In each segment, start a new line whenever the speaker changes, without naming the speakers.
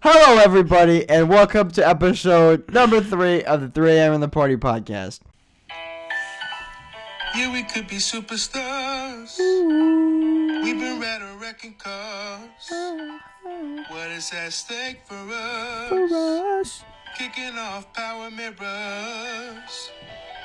Hello, everybody, and welcome to episode number three of the 3 a.m. in the Party podcast.
Yeah, we could be superstars. We've been riding wrecking cars.
Uh.
What is at stake for us? Kicking off power mirrors.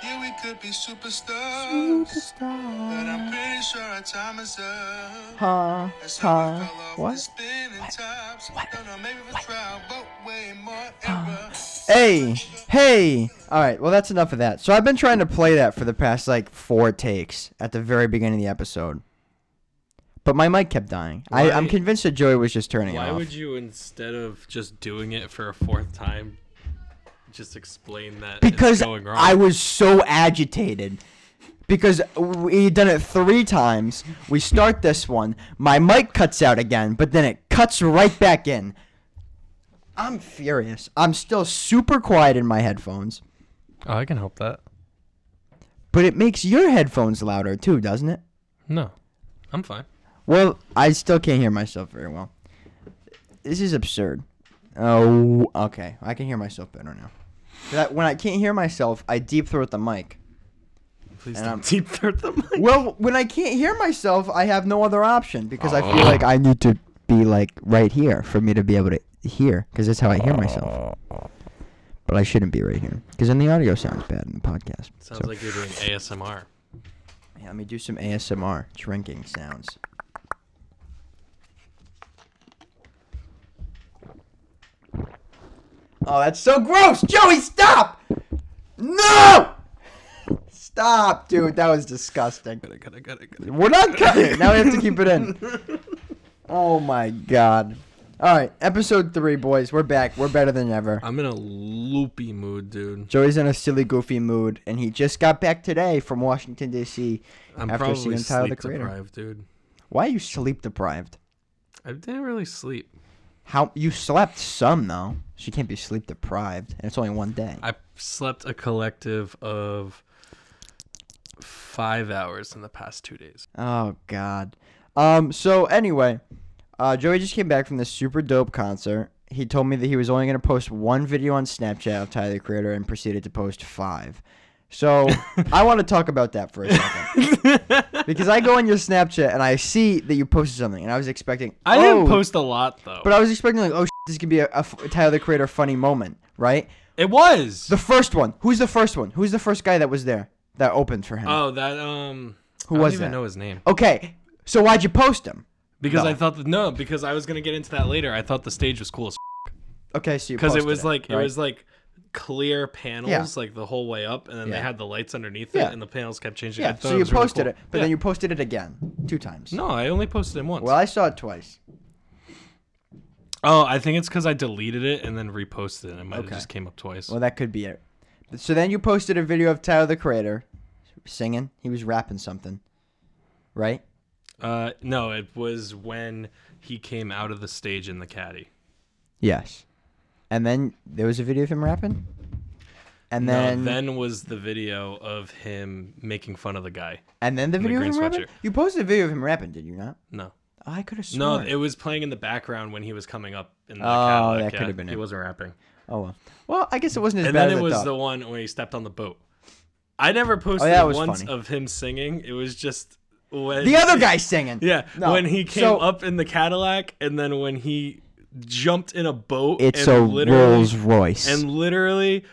Yeah, we could be superstars. But I'm pretty sure our time is up.
Ha,
That's how we
ha,
fell off the
what?
spinning tops. Don't know, maybe for trial, but way more error.
Hey, hey! Alright, well, that's enough of that. So, I've been trying to play that for the past, like, four takes at the very beginning of the episode. But my mic kept dying. I,
Why-
I'm convinced that Joey was just turning
Why
it off.
would you, instead of just doing it for a fourth time, just explain that it's
because
going wrong?
I was so agitated. Because we done it three times. We start this one. My mic cuts out again, but then it cuts right back in. I'm furious. I'm still super quiet in my headphones,
oh, I can help that.
but it makes your headphones louder too, doesn't it?
No, I'm fine.
Well, I still can't hear myself very well. This is absurd. Oh, okay. I can hear myself better now. That when I can't hear myself, I deep throat the mic.
Please
And
don't
I'm-
deep throat the mic.
Well, when I can't hear myself, I have no other option because I feel like I need to be like right here for me to be able to hear because that's how I hear myself. But I shouldn't be right here because then the audio sounds bad in the podcast.
Sounds like you're doing ASMR.
Yeah, let me do some ASMR drinking sounds. Oh, that's so gross! Joey, stop! No! Stop, dude. That was disgusting.
Gotta, gotta, gotta, gotta.
We're not cutting it. Now we have to keep it in. Oh my god. All right, episode three, boys. We're back. We're better than ever.
I'm in a loopy mood, dude.
Joey's in a silly, goofy mood, and he just got back today from Washington D.C.
I'm
after
probably
seeing Tyler the
sleep
Creator.
deprived, dude.
Why are you sleep deprived?
I didn't really sleep.
How you slept some though? She can't be sleep deprived, and it's only one day.
I slept a collective of five hours in the past two days.
Oh God. Um. So anyway, uh, Joey just came back from this super dope concert. He told me that he was only gonna post one video on Snapchat of Tyler the Creator and proceeded to post five. So I want to talk about that for a second because I go on your Snapchat and I see that you posted something, and I was expecting.
I didn't
"Oh,"
post a lot though.
but I was expecting like, oh, shit, this could be a, a f- Tyler the Creator funny moment, right?
it was.
The first one. Who's the first one? Who's the first guy that was there that opened for him?
oh, that um.
Who
I
was
don't even
that?
know his name.
okay, so why'd you post him?
Because
No.
I thought that no, because I was gonna get into that later. I thought the stage was cool
Okay, so you
because it
posted
was like
right?
it was like clear panels like the whole way up, and then they
Yeah.
had the lights underneath
Yeah.
it, and the panels kept changing. I
Yeah,
thought
so
it
you
was really
posted
cool.
it, but
Yeah.
then you posted it again, two times.
no, I only posted it once.
Well, I saw it twice.
oh, I think it's because I deleted it and then reposted it. It might have
Okay.
just came up twice.
Well, that could be it. But- So then you posted a video of Tyler the Creator singing. He was rapping something, right?
Uh, no, it was when he came out of the stage in the caddy.
Yes. And then there was a video of him rapping. And then,
no, then was the video of him making fun of the guy.
and then the video
green
of him rapping.
sweatshirt.
You posted a video of him rapping, did you not?
No.
I could have sworn.
No, it was playing in the background when he was coming up in the
Oh,
Cadillac.
that
yeah.
could've been
He
it.
wasn't rapping.
oh well. Well, I guess it wasn't as
and
bad
then
as
it
I
was
thought.
the one where he stepped on the boat. I never posted
Oh, that was
once
funny.
of him singing. It was just when
The other guy singing.
yeah,
No,
when he came
so-
up in the Cadillac, and then when he jumped in a boat.
It's
and
a
literally-
Rolls Royce.
and literally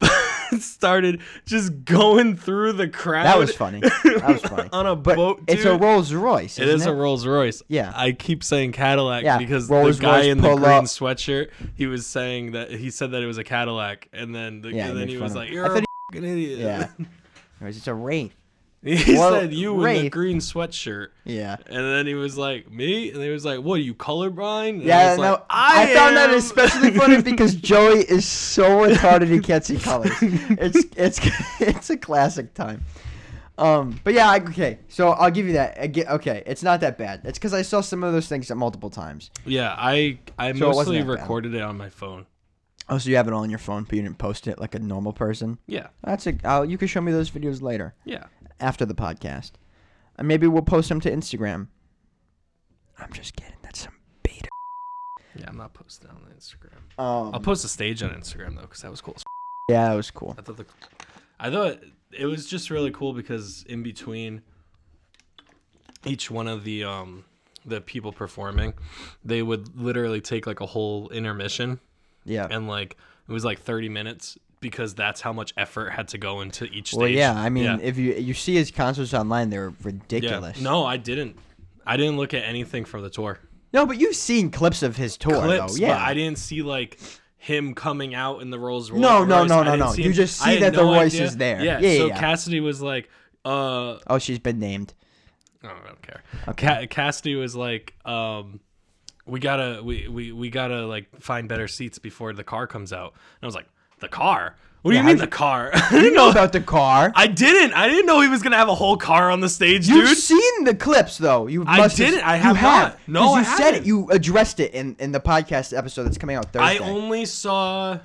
started just going through the crowd.
that was funny. That was funny.
on a
but
boat.
it's a
dude.
Rolls Royce.
It
isn't
is a Rolls Royce.
Yeah.
I keep saying Cadillac
Yeah,
because
Rolls
the guy
Royce
in the
pull
green
up.
sweatshirt, he was saying that he said that it was a Cadillac, and then the,
Yeah,
and
he
then
made
he
fun
was
of
like,
him.
"You're
I
a
thought
fucking idiot."
Yeah. Or is it a Wraith?
he
Well,
said you in the
Wraith-
green sweatshirt,
Yeah.
and then he was like, "Me," and he was like, "What? Are you colorblind?" And
Yeah,
was
no,
like,
I, found that
am."
especially funny because Joey is so retarded he can't see colors. It's it's it's a classic time. Um, but yeah, I, okay. So I'll give you that. I get- Okay, it's not that bad. It's because I saw some of those things at multiple times.
yeah, I I
So it wasn't
mostly
that bad.
recorded it on my phone.
Oh, so you have it all on your phone, but you didn't post it like a normal person.
Yeah,
That's a. I'll, you can show me those videos later
yeah.
after the podcast, and maybe we'll post them to Instagram. I'm just kidding. That's some beta.
Yeah, I'm not posting it on Instagram.
Um,
I'll post a stage on Instagram though, because that was cool. as f-
yeah, that was cool.
I thought the, I thought it was just really cool because in between each one of the um the people performing, they would literally take like a whole intermission
Yeah.
and like it was like 30 minutes because that's how much effort had to go into each stage.
Well, yeah. I mean,
Yeah.
if you you see his concerts online, they're
Yeah.
ridiculous.
No, I didn't. I didn't look at anything from the tour.
no, but you've seen clips of his tour,
Clips,
though. Yeah,
but I didn't see like him coming out in the Rolls Royce.
No, no, no, no,
I didn't
no.
see
You
him-
just
I
see
had
that the
no
Royce
idea.
is there.
Yeah.
Yeah,
so
yeah.
Cassidy was like, uh,
Oh, she's been named.
Oh, I don't care. Ca- Cassidy was like, um, we gotta, we, we, we gotta like find better seats before the car comes out. And I was like, the car? What do
Yeah,
you mean
how-
the car? I didn't
You know
know.
about the car.
I didn't. I didn't know he was gonna have a whole car on the stage,
You've
dude.
seen the clips, though. You
I
must
didn't. I
you
have
have.
not. No,
'cause
I
you said it.
haven't.
You addressed it in, in the podcast episode that's coming out Thursday.
I only saw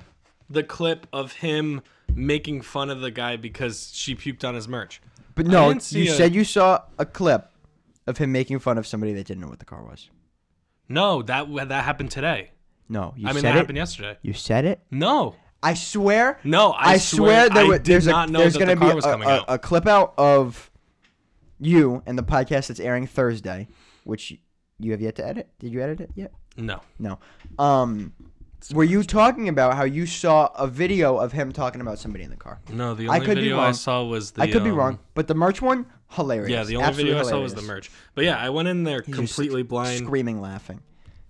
the clip of him making fun of the guy because she puked on his merch.
but no,
didn't see
you
a-
said you saw a clip of him making fun of somebody that didn't know what the car was.
No, that that happened today.
No, you
I mean,
said
that
it.
happened yesterday.
You said it.
No,
I swear.
No, I
swear
swear-
there
I
were,
did
there's
not
a,
know
there's
that the
gonna be
car
a,
was coming
a-
out.
a clip out of you and the podcast that's airing Thursday, which you have yet to edit. Did you edit it yet?
no.
No. Um, were you talking about how you saw a video of him talking about somebody in the car?
No, the
I
only
could be
video
wrong.
I saw was the.
I could be
um,
wrong, but the merch one, hilarious.
Yeah, the only
Absolutely
video I saw was the
hilarious.
merch. But yeah, I went in there
He was
completely
sc-
blind.
screaming, laughing.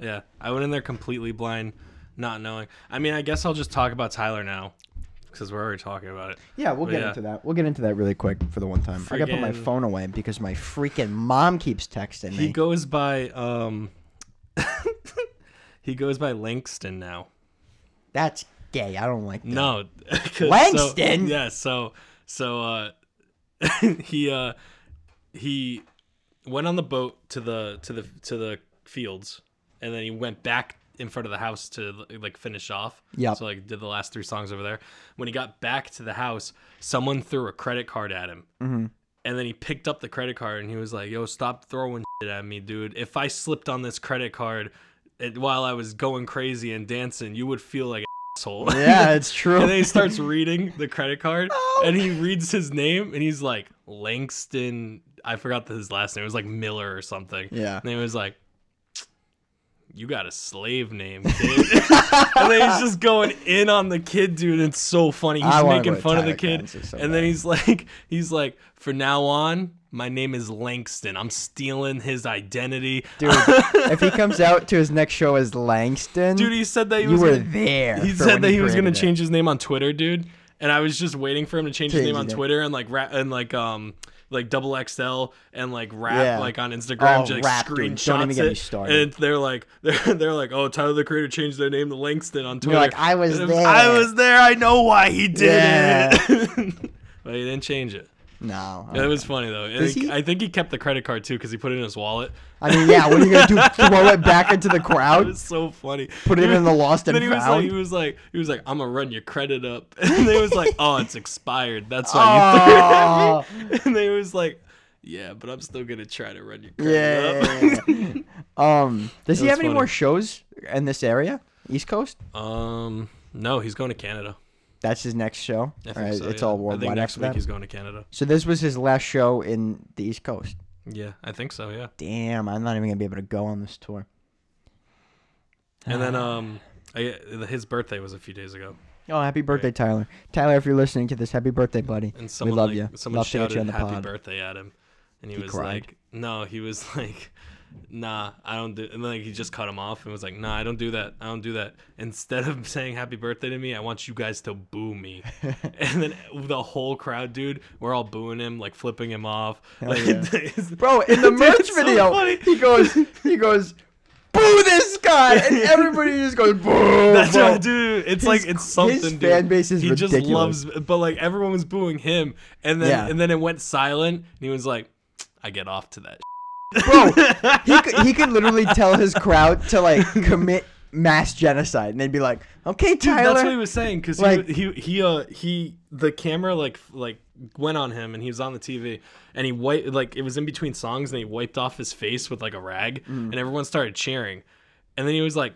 Yeah, I went in there completely blind, not knowing. I mean, I guess I'll just talk about Tyler now, because we're already talking about it.
Yeah, we'll
But
get
Oh, yeah.
into that. We'll get into that really quick for the one time. I gotta put my
Friggin-
phone away because my freaking mom keeps texting me.
He goes by um. he goes by Langston now.
That's gay. I don't like that.
No, 'cause- so-
Langston?
yeah. So so uh, he uh, he went on the boat to the to the to the fields, and then he went back in front of the house to like finish off.
Yep.
So like did the last three songs over there. When he got back to the house, someone threw a credit card at him.
Mm-hmm.
And then he picked up the credit card and he was like, "Yo, stop throwing shit at me, dude. If I slipped on this credit card it, while I was going crazy and dancing, you would feel like an asshole."
Yeah, it's true.
and then he starts reading the credit card
Oh.
and he reads his name and he's like langston i forgot his last name it was like miller or something
Yeah.
and he was like you got a slave name kid and then he's just going in on the kid dude it's so funny
I
he's
wanna
making
go to
fun of the
Tyler
kid
Concert so
and then he's like he's like for now on my name is langston i'm stealing his identity
Dude, if he comes out to his next show as Langston,
dude he said that he
you
was
were
gonna-
there.
He
for
said
when
that he was gonna
created it.
change his name on Twitter, dude. And I was just waiting for him to change his
Change
name
his
on
name.
Twitter and like rap and like um like double XL and like rap
Yeah.
like on Instagram
Oh,
just like
rap, dude. Don't even
screenshots
get me
it.
started.
And they're like they're, they're like oh Tyler the Creator changed their name to Langston on Twitter.
like, "I was
And it
there."
I was there. I know why he did
Yeah.
it. but he didn't change it.
No.
It was funny though. I
Does
think,
he-
I think he kept the credit card too because he put it in his wallet.
I mean, yeah, what are you going to do? Throw it back into the
It
crowd?
was so funny.
Put it in the lost and
then he was like,
found?
he was like, he was like, I'm gonna run your credit up, and they was like, oh, it's expired. That's why you threw it at me. And they was like, yeah, but I'm still gonna try to run your credit
yeah.
up.
um, does he
was
have any
funny.
more shows in this area? East Coast?
um, no, he's going to Canada.
That's his next show.
I think
All right,
so,
it's
yeah.
all
I think
worldwide
next
after
week
that.
he's going to Canada.
So this was his last show in the East Coast.
Yeah, I think so. Yeah.
Damn, I'm not even going to be able to go on this tour.
And then
Ah.
um, I, his birthday was a few days ago,
Oh, happy birthday, Tyler. Tyler, if you're listening to this, happy birthday, buddy.
and
we
someone
love
like,
you.
someone
love to get
shouted
you on the
happy
pod.
birthday at him, and he, was
cried.
like, no, he was like. Nah, I don't do. And then like, he just cut him off and was like, "Nah, I don't do that. I don't do that." Instead of saying "Happy Birthday" to me, I want you guys to boo me. and then the whole crowd, dude, we're all booing him, like flipping him off. Like, it's-
Bro, in the
Dude,
merch
it's so
video,
funny.
he goes, he goes, boo this guy, and everybody just goes, boo.
That's
boo."
right, dude. It's like
His-
it's something.
his
dude.
fan base is
he just
ridiculous.
loves, but like everyone was booing him, and then
Yeah.
and then it went silent, and he was like, "I get off to that."
Bro, he could, he could literally tell his crowd to like commit mass genocide, and they'd be like, okay,
Dude,
Tyler.
that's what he was saying because
like-
he, he he uh he the camera like like went on him and he was on the TV and he wiped like it was in between
Mm.
songs and he wiped off his face with like a rag and everyone started cheering and then he was like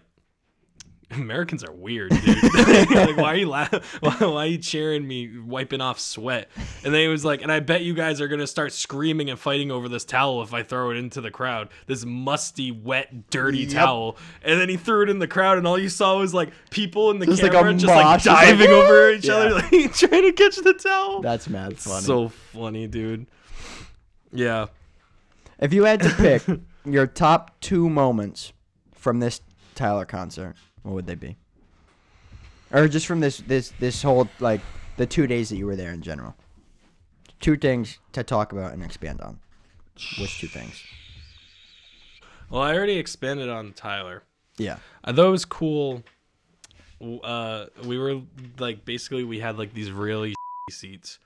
Americans are weird, dude. like, why are you laughing? Why, why are you cheering me, wiping off sweat? And then he was like, and I bet you guys are gonna start screaming and fighting over this towel if I throw it into the crowd. This musty, wet, dirty
Yep.
towel. And then he threw it in the crowd, and all you saw was like people in the
Just like a
camera just like
mosh, just like,
diving over each
Yeah.
other, like trying to catch the towel.
That's mad funny.
So funny, dude. Yeah.
if you had to pick your top two moments from this Tyler concert, what would they be? Or just from this this this whole like the two days that you were there in general. Two things to talk about and expand on. Which two things?
Well, I already expanded on Tyler.
Yeah.
Uh, that was cool. W- Uh, we were like basically we had like these really shitty seats,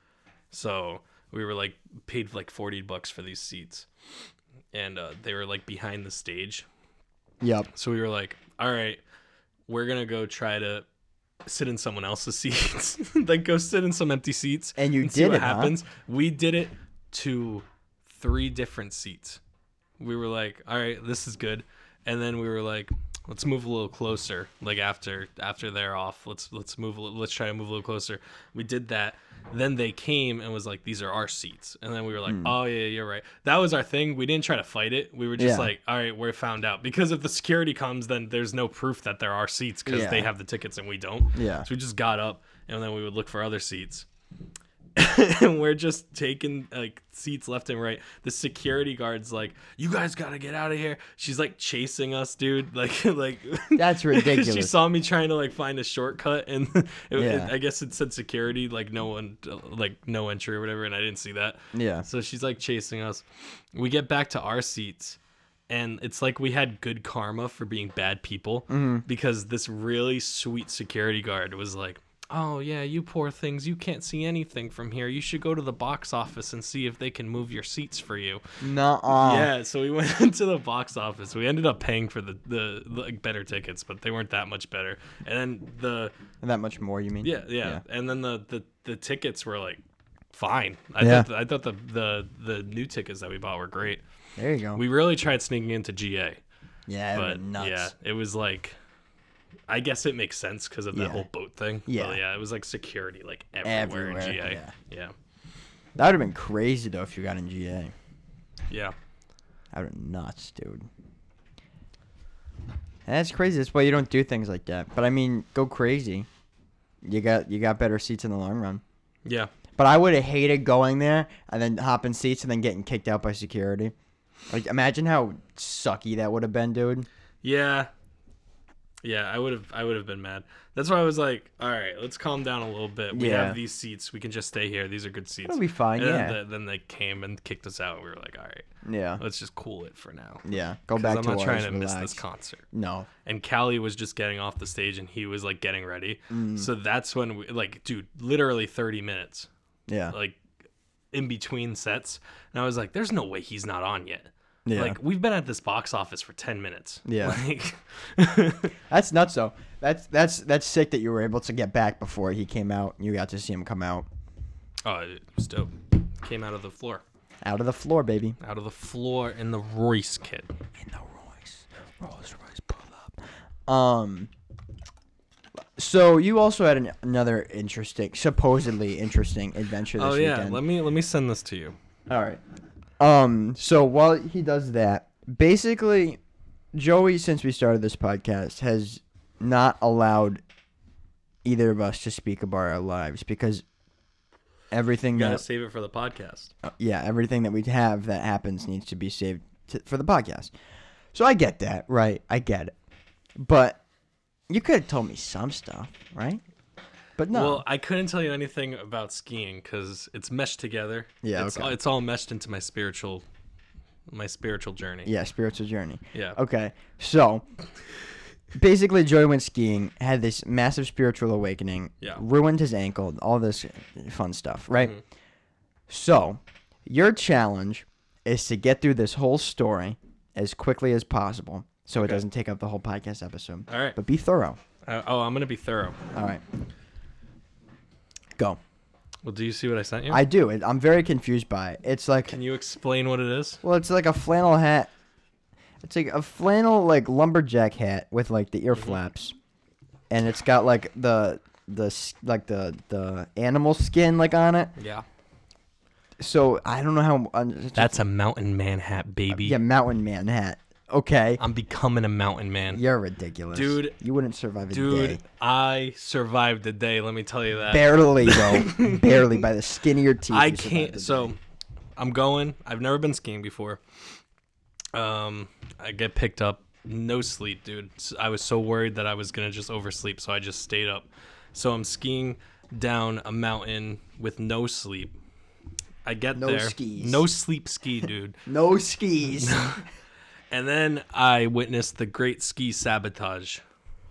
so we were like paid like forty bucks for these seats, and uh, they were like behind the stage.
Yep.
So we were like, all right, we're gonna go try to sit in someone else's seats, like go sit in some empty seats,
And you
see
did
what
it, huh?
happens. We did it to three different seats. We were like, all right, this is good, and then we were like, let's move a little closer. Like after after they're off, let's let's move. a li- Let's try to move a little closer. We did that. Then they came and was like, these are our seats, and then we were like,
Hmm.
oh yeah, you're right. That was our thing. We didn't try to fight it. We were just
Yeah.
like, all right, we're found out because if the security comes, then there's no proof that there are seats because
Yeah.
they have the tickets and we don't.
Yeah.
So we just got up and then we would look for other seats. and we're just taking like seats left and right. The security guard's like, "You guys gotta get out of here." She's like chasing us, dude. Like, like
That's
'cause she
ridiculous.
saw me trying to like find a shortcut, and it- it-
Yeah.
I guess it said security, like no one, uh, like no entry or whatever, and I didn't see that.
Yeah.
So she's like chasing us. We get back to our seats, and it's like we had good karma for being bad people because this really sweet security guard was like, Oh, yeah, you poor things. You can't see anything from here. You should go to the box office and see if they can move your seats for you.
Nuh-uh.
Yeah, so we went into the box office. We ended up paying for the, the, like better tickets, but they weren't that much better. And then the
That much more, you mean?
yeah, yeah, And then the, the the tickets were like fine. I
Yeah.
thought I thought the, the the new tickets that we bought were great.
There you go.
We really tried sneaking into GA,
yeah,
but
nuts.
yeah, it was like I guess it makes sense because of that
Yeah.
whole boat thing. But
Yeah.
yeah, it was like security like everywhere, in
Everywhere,
GA. Yeah.
That would have been crazy though if you got in GA.
yeah,
I would have nuts, dude. That's crazy. That's why you don't do things like that. But I mean, go crazy. You got you got better seats in the long run.
yeah,
But I would have hated going there and then hopping seats and then getting kicked out by security. Like imagine how sucky that would have been, dude.
yeah. Yeah, I would have I would have been mad. That's why I was like, all right, let's calm down a little bit. We
Yeah.
have these seats. We can just stay here. These are good seats.
It'll be fine,
And
yeah.
Then, the- then they came and kicked us out. We were like, all right,
Yeah.
let's just cool it for now.
Yeah. Go
'Cause
back
I'm
to
not
ours,
trying to miss
relax.
this concert.
No.
and Callie was just getting off the stage and he was like getting ready.
Mm.
So that's when we like dude, literally 30 minutes
Yeah.
like in between sets. And I was like there's no way he's not on yet.
Yeah.
Like we've been at this box office for 10 minutes.
Yeah.
Like
That's nuts though. That's that's that's sick that you were able to get back before he came out and you got to see him come out.
oh, it was dope. Came out of the floor.
Out of the floor, baby.
Out of the floor in the Royce kit.
in the Royce. Rolls Royce pull up. Um. So you also had an, another interesting, supposedly interesting adventure this
Oh yeah,
weekend.
let me let me send this to you.
All right. Um. So while he does that, basically, Joey, since we started this podcast, has not allowed either of us to speak about our lives because everything
Got to
that
save it for the podcast.
uh, yeah, everything that we have that happens needs to be saved to, for the podcast. So I get that, right? I get it. But you could have told me some stuff, right? But no.
Well, I couldn't tell you anything about skiing because it's meshed together.
Yeah,
it's,
okay.
it's all meshed into my spiritual, my spiritual journey.
yeah, spiritual journey.
Yeah.
Okay. So basically Joey went skiing, had this massive spiritual awakening,
Yeah. Mm-hmm.
ruined his ankle, all this fun stuff, right? So, your challenge is to get through this whole story as quickly as possible so it doesn't take up the whole podcast episode.
All right.
But be thorough.
Uh, oh, I'm gonna be thorough.
All right. Go.
Well, do you see what I sent you?
I do. It, I'm very confused by it. It's like,
Can you explain what it is?
well, it's like a flannel
Mm-hmm.
hat. It's like a flannel, like lumberjack hat with like the ear flaps, and it's got like the the s- like the the animal skin like on it.
Yeah.
So I don't know how. Uh,
That's a mountain man hat, baby.
yeah, mountain man hat. Okay,
I'm becoming a mountain man.
you're ridiculous,
Um, Dude.
You wouldn't survive a day.
Dude, I survived the day. Let me tell you that.
Barely though, barely by the skin of your teeth.
I
you survived
can't.
the
So I'm going. I've never been skiing before. Um, I get picked up. No sleep, dude. S- I was so worried that I was gonna just oversleep, so I just stayed up. So I'm skiing down a mountain with no sleep. I get
No
there.
skis.
No sleep ski, dude.
no skis.
and then I witnessed the great ski sabotage.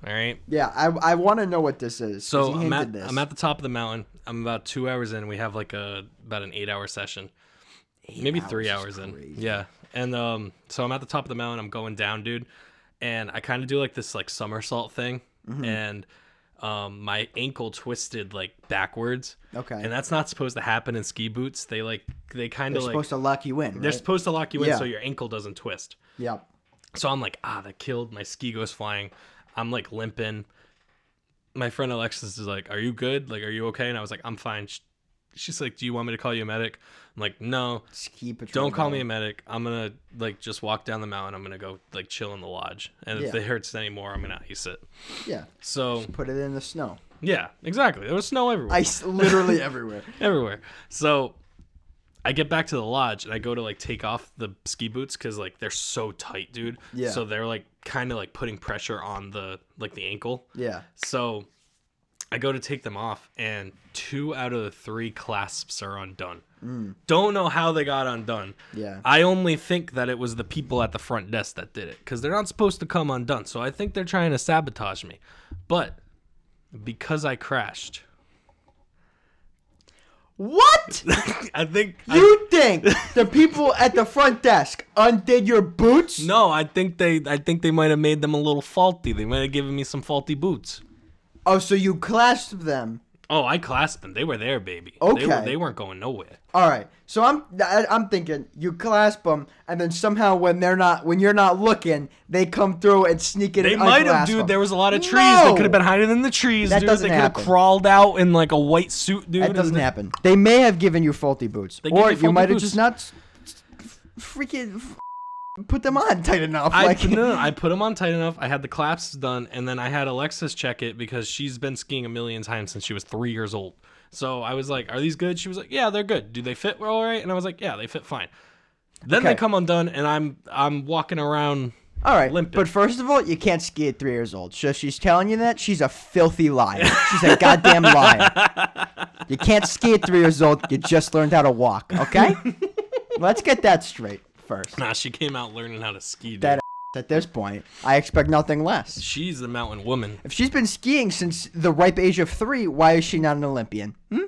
All right.
yeah, I I want to know what this is. 'cause
So
he
I'm at,
hinted this.
I'm at the top of the mountain. I'm about two hours in. We have like a about an eight hour session, maybe three
hours
hours
is
in.
crazy.
Yeah, and um, so I'm at the top of the mountain. I'm going down, dude, and I kind of do like this like somersault thing,
Mm-hmm.
and um, my ankle twisted like backwards.
Okay.
and that's not supposed to happen in ski boots. They like they kind
They're
of like
supposed to lock you in.
they're
Right?
supposed to lock you in
Yeah.
so your ankle doesn't twist.
Yep.
So I'm like, ah, that killed. My ski goes flying. I'm like limping. My friend Alexis is like, are you good? Like, are you okay? And I was like, I'm fine. Sh- She's like, do you want me to call you a medic? I'm like, no,
Ski patrol.
don't call me a medic. I'm going to like just walk down the mountain. I'm going to go like chill in the lodge. And if
Yeah.
it hurts anymore, I'm going to ice it.
Yeah.
So
Put it in the snow.
yeah, exactly. There was snow everywhere.
Ice literally everywhere.
everywhere. So I get back to the lodge and I go to like take off the ski boots because like they're so tight, dude.
Yeah.
So they're like kind of like putting pressure on the like the ankle.
Yeah.
So I go to take them off and two out of the three clasps are undone. Don't know how they got undone.
Yeah.
I only think that it was the people at the front desk that did it because they're not supposed to come undone. So I think they're trying to sabotage me. But because I crashed,
What?
I think I
You think the people at the front desk undid your boots?
No, I think they I think they might have made them a little faulty. They might have given me some faulty boots.
Oh, so you clasped them.
Oh, I classed them. They were there, baby. They, were,
Okay.
they weren't going nowhere.
All right. So I'm I- I'm thinking you clasp them, and then somehow when they're not when you're not looking, they come through and sneak in.
They
and
might have,
unclasp
dude.
'em.
There was a lot of trees. They
No!
could have been hiding in the trees,
That
dude.
doesn't
they could have
happen.
crawled out in like a white suit, dude.
That
and
doesn't
they-
happen. They may have given you faulty boots,
They gave
or
you
you,
faulty
might have
boots.
just not s- s- freaking f- put them on tight enough.
I,
like,
no, no, I put them on tight enough. I had the clasps done, and then I had Alexis check it because she's been skiing a million times since she was three years old. So I was like, "Are these good?" She was like, "Yeah, they're good. Do they fit all right?" And I was like, "Yeah, they fit fine." Then they
Okay.
come undone, and I'm I'm walking around.
all right,
limping.
but first of all, you can't ski at three years old. So if she's telling you that she's a filthy liar. She's a goddamn liar. You can't ski at three years old. You just learned how to walk. Okay, let's get that straight first.
Nah, she came out learning how to ski. Dude.
That at this point, I expect nothing less.
she's the mountain woman.
If she's been skiing since the ripe age of three, why is she not an Olympian? Hmm?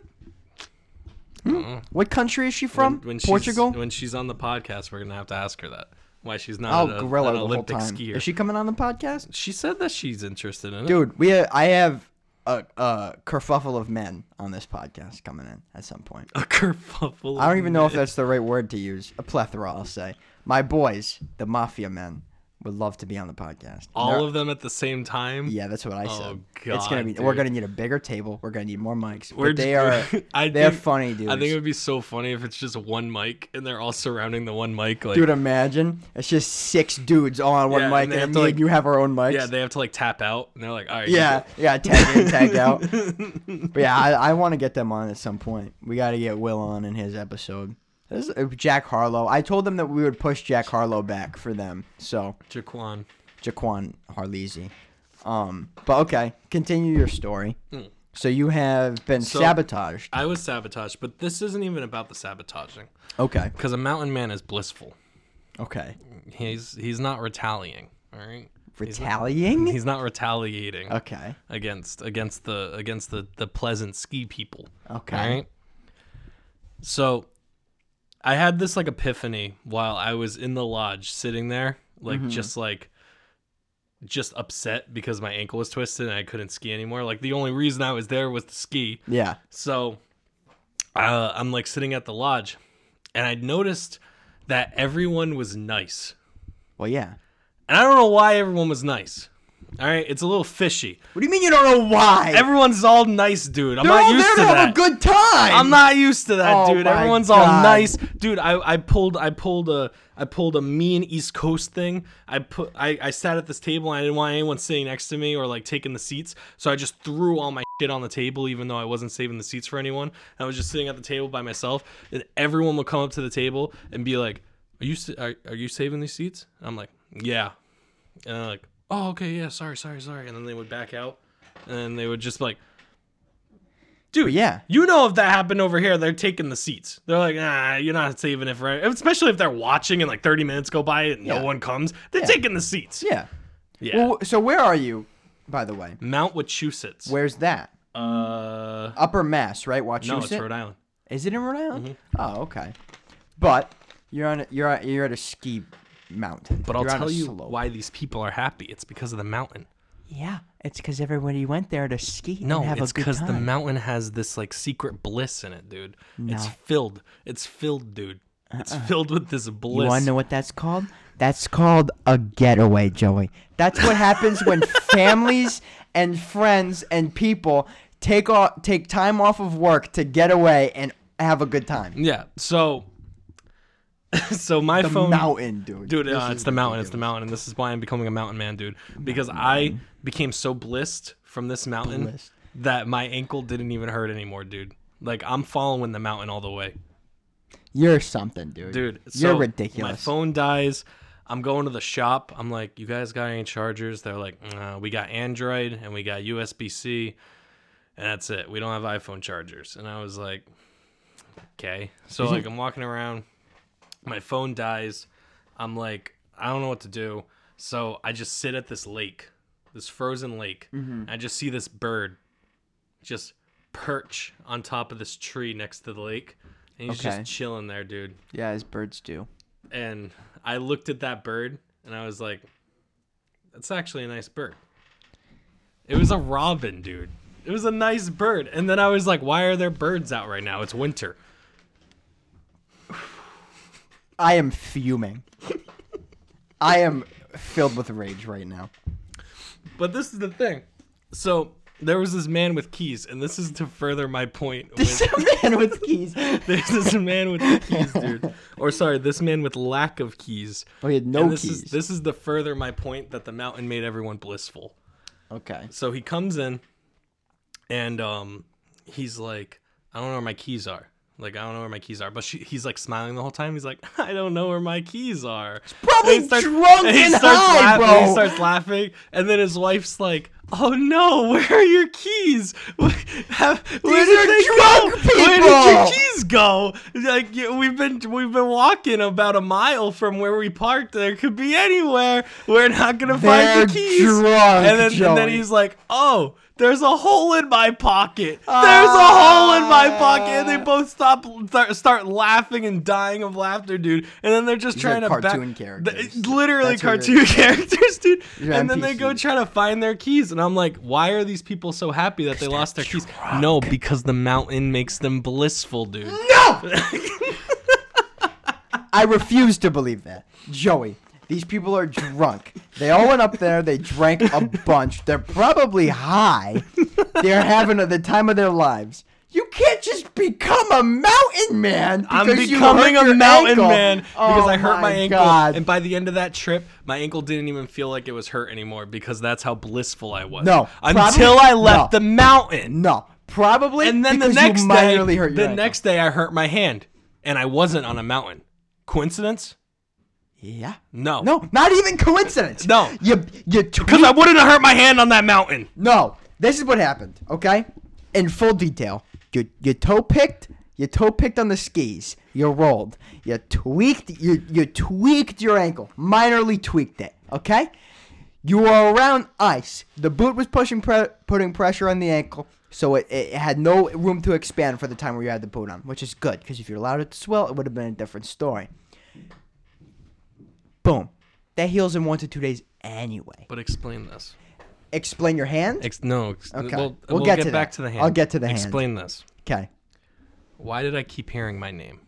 Hmm? What country is she from? Portugal?
She's, Uh-uh. when she's on the podcast, we're gonna have to ask her that why she's not
I'll
an,
grill her
an
Oh, the whole
Olympic
time.
skier.
Is
She,
she coming on the podcast?
said that she's interested in it.
Dude, we ha- I have a, a kerfuffle of men on this podcast coming in at some point.
a kerfuffle.
I don't even know if that's the right word to use. A plethora, I'll say. My boys, the mafia men, would love to be on the podcast.
all
They're-
of them at the same time.
Yeah, that's what I said. it's gonna
God,
be. We're
dude.
gonna need a bigger table. We're gonna need more mics.
We're
but they
just-
are.
I
they're
think-
funny, dude.
I think it would be so funny if it's just one mic and they're all surrounding the one mic. Like,
Dude, imagine it's just six dudes all on one
Yeah, and
mic,
they
and,
have
me
to, like-
and you have our own mics.
yeah, they have to like tap out and they're like, all right, you
yeah,
go."
yeah, tag in, tag out. But yeah, I, I want to get them on at some point. We got to get Will on in his episode. This is, uh, Jack Harlow. I told them that we would push Jack Harlow back for them. So
Jaquan.
Jaquan Harleazy. Um, but okay, continue your story. So you have been
So-
sabotaged.
I was sabotaged, but this isn't even about the sabotaging
Okay,
because a mountain man is blissful.
okay.
He's he's not retaliating. All right,
Retaliating.
he's not retaliating
Okay.
against against the against the the pleasant ski people.
Okay.
All right. So I had this like epiphany while I was in the lodge sitting there, like
Mm-hmm.
just like just upset because my ankle was twisted and I couldn't ski anymore. Like the only reason I was there was to ski.
Yeah.
So uh, I'm like sitting at the lodge and I noticed that everyone was nice.
Well, yeah.
And I don't know why everyone was nice. All right, it's a little fishy.
What do you mean you don't know why?
Everyone's all nice, dude. I'm
They're
not
all
used
there
to
to
that.
have a good time.
I'm not used to that,
Oh
dude.
my
Everyone's all
God.
nice, dude. I, I pulled I pulled a I pulled a mean East Coast thing. I put I, I sat at this table and I didn't want anyone sitting next to me or like taking the seats, so I just threw all my shit on the table, even though I wasn't saving the seats for anyone. I was just sitting at the table by myself, and everyone would come up to the table and be like, "Are you sa- are, are you saving these seats?" And I'm like, "Yeah," and they're like, "Oh, okay, yeah, sorry, sorry, sorry," and then they would back out, and then they would just be like. Dude,
yeah.
you know if that happened over here, they're taking the seats. They're like, ah, you're not saving it for especially if they're watching and like 30 minutes go by and
Yeah.
no one comes. They're taking the seats.
Yeah.
Yeah.
Well, so where are you, by the way?
Mount Wachusett's.
Where's that?
Uh,
Upper Mass, right? Watch
no, it's Rhode Island. Mm-hmm.
Is it in Rhode Island? Oh, okay. But you're on. A, you're at, you're at a ski mountain.
But I'll
You're on a
tell you
slope.
why these people are happy. It's because of the mountain.
Yeah, it's because everybody went there to ski.
No,
and have
it's
a good
because the
time.
mountain has this like secret bliss in it, dude. It's
No. Uh-uh.
filled. It's filled, dude. It's filled with this bliss.
You want to know what that's called? That's called a getaway, Joey. That's what happens when families and friends and people take off, take time off of work to get away and have a good time.
yeah. So, so my
The
phone.
mountain, dude.
dude
This
uh,
is
it's the mountain it's the
ridiculous.
mountain and this is why i'm becoming a mountain man dude because i became so blissed from this mountain
Blissed.
that my ankle didn't even hurt anymore dude like i'm following the mountain all the way
You're something, dude.
dude
you're
so
ridiculous.
my phone dies i'm going to the shop i'm like you guys got any chargers they're like "Nah, we got android and we got usb-c and that's it we don't have iphone chargers and i was like okay so like i'm walking around my phone dies i'm like i don't know what to do so i just sit at this lake this frozen lake
Mm-hmm.
and i just see this bird just perch on top of this tree next to the lake and he's
Okay.
just chilling there dude
Yeah, as birds do.
and I looked at that bird and I was like, that's actually a nice bird. It was a robin, dude. It was a nice bird. And then I was like, why are there birds out right now? It's winter.
I am fuming. I am filled with rage right now.
But this is the thing. So there was this man with keys, and this is to further my point.
This
with-
man with keys.
There's this man with the keys, dude. Or sorry, this man with lack of keys.
Oh, he had no
And this Is,
keys.
this is to further my point that the mountain made everyone blissful.
Okay.
So he comes in and um he's like, I don't know where my keys are. Like I don't know where my keys are, but she, he's like smiling the whole time. He's like, I don't know where my keys are. It's
probably drunk and high,
laughing, He
bro.
starts laughing, and then his wife's like, Oh no, where are your keys? Have- where
These
did
are
they
drunk
go? Where did your
people."
keys go? Like you- we've been we've been walking about a mile from where we parked. There could be anywhere. We're not gonna
They're
find the keys.
drunk,
and, then, and then
Joey.
he's like, "Oh, there's a hole in my pocket.
Ah.
There's a hole in my pocket." And they both stop start, start laughing and dying of laughter, dude. And then they're just
These are
trying to back-
cartoon
th-
characters.
literally
That's what
cartoon
they're-
characters, dude.
These are
and then they go
NPCs.
try to find their keys, and I'm like, "Why are these people so happy that they lost their keys?" No, because the mountain makes them blissful, dude.
No! I refuse to believe that. Joey, these people are drunk. They all went up there, they drank a bunch. They're probably high. They're having the time of their lives. You can't just become a mountain man.
I'm
because you
becoming
hurt
a
your
mountain
ankle.
man because
Oh
I hurt my, ankle.
God.
And by the end of that trip, my ankle didn't even feel like it was hurt anymore because that's how blissful I was.
No,
until
probably-
I left
no.
the mountain.
no, probably.
And then the
because you
next day,
minorly hurt your
the
ankle.
next day I hurt my hand, and I wasn't on a mountain. Coincidence?
yeah.
No.
No, not even coincidence.
No.
you you
Because I wouldn't have hurt my hand on that mountain.
No, this is what happened. Okay, in full detail. You you toe picked. You toe picked on the skis. You rolled. You tweaked. You you tweaked your ankle. Minorly tweaked it. Okay. You were around ice. The boot was pushing pre- putting pressure on the ankle, so it, it had no room to expand for the time where you had the boot on, which is good because if you allowed it to swell, it would have been a different story. Boom. That heals in one to two days anyway.
But explain this.
Explain your hand.
Ex- no. Ex-
Okay.
We'll,
We'll
we'll
get
get,
to
back
that.
to the hand.
I'll get to the hand.
explain Explain this.
Okay.
Why did I keep hearing my name?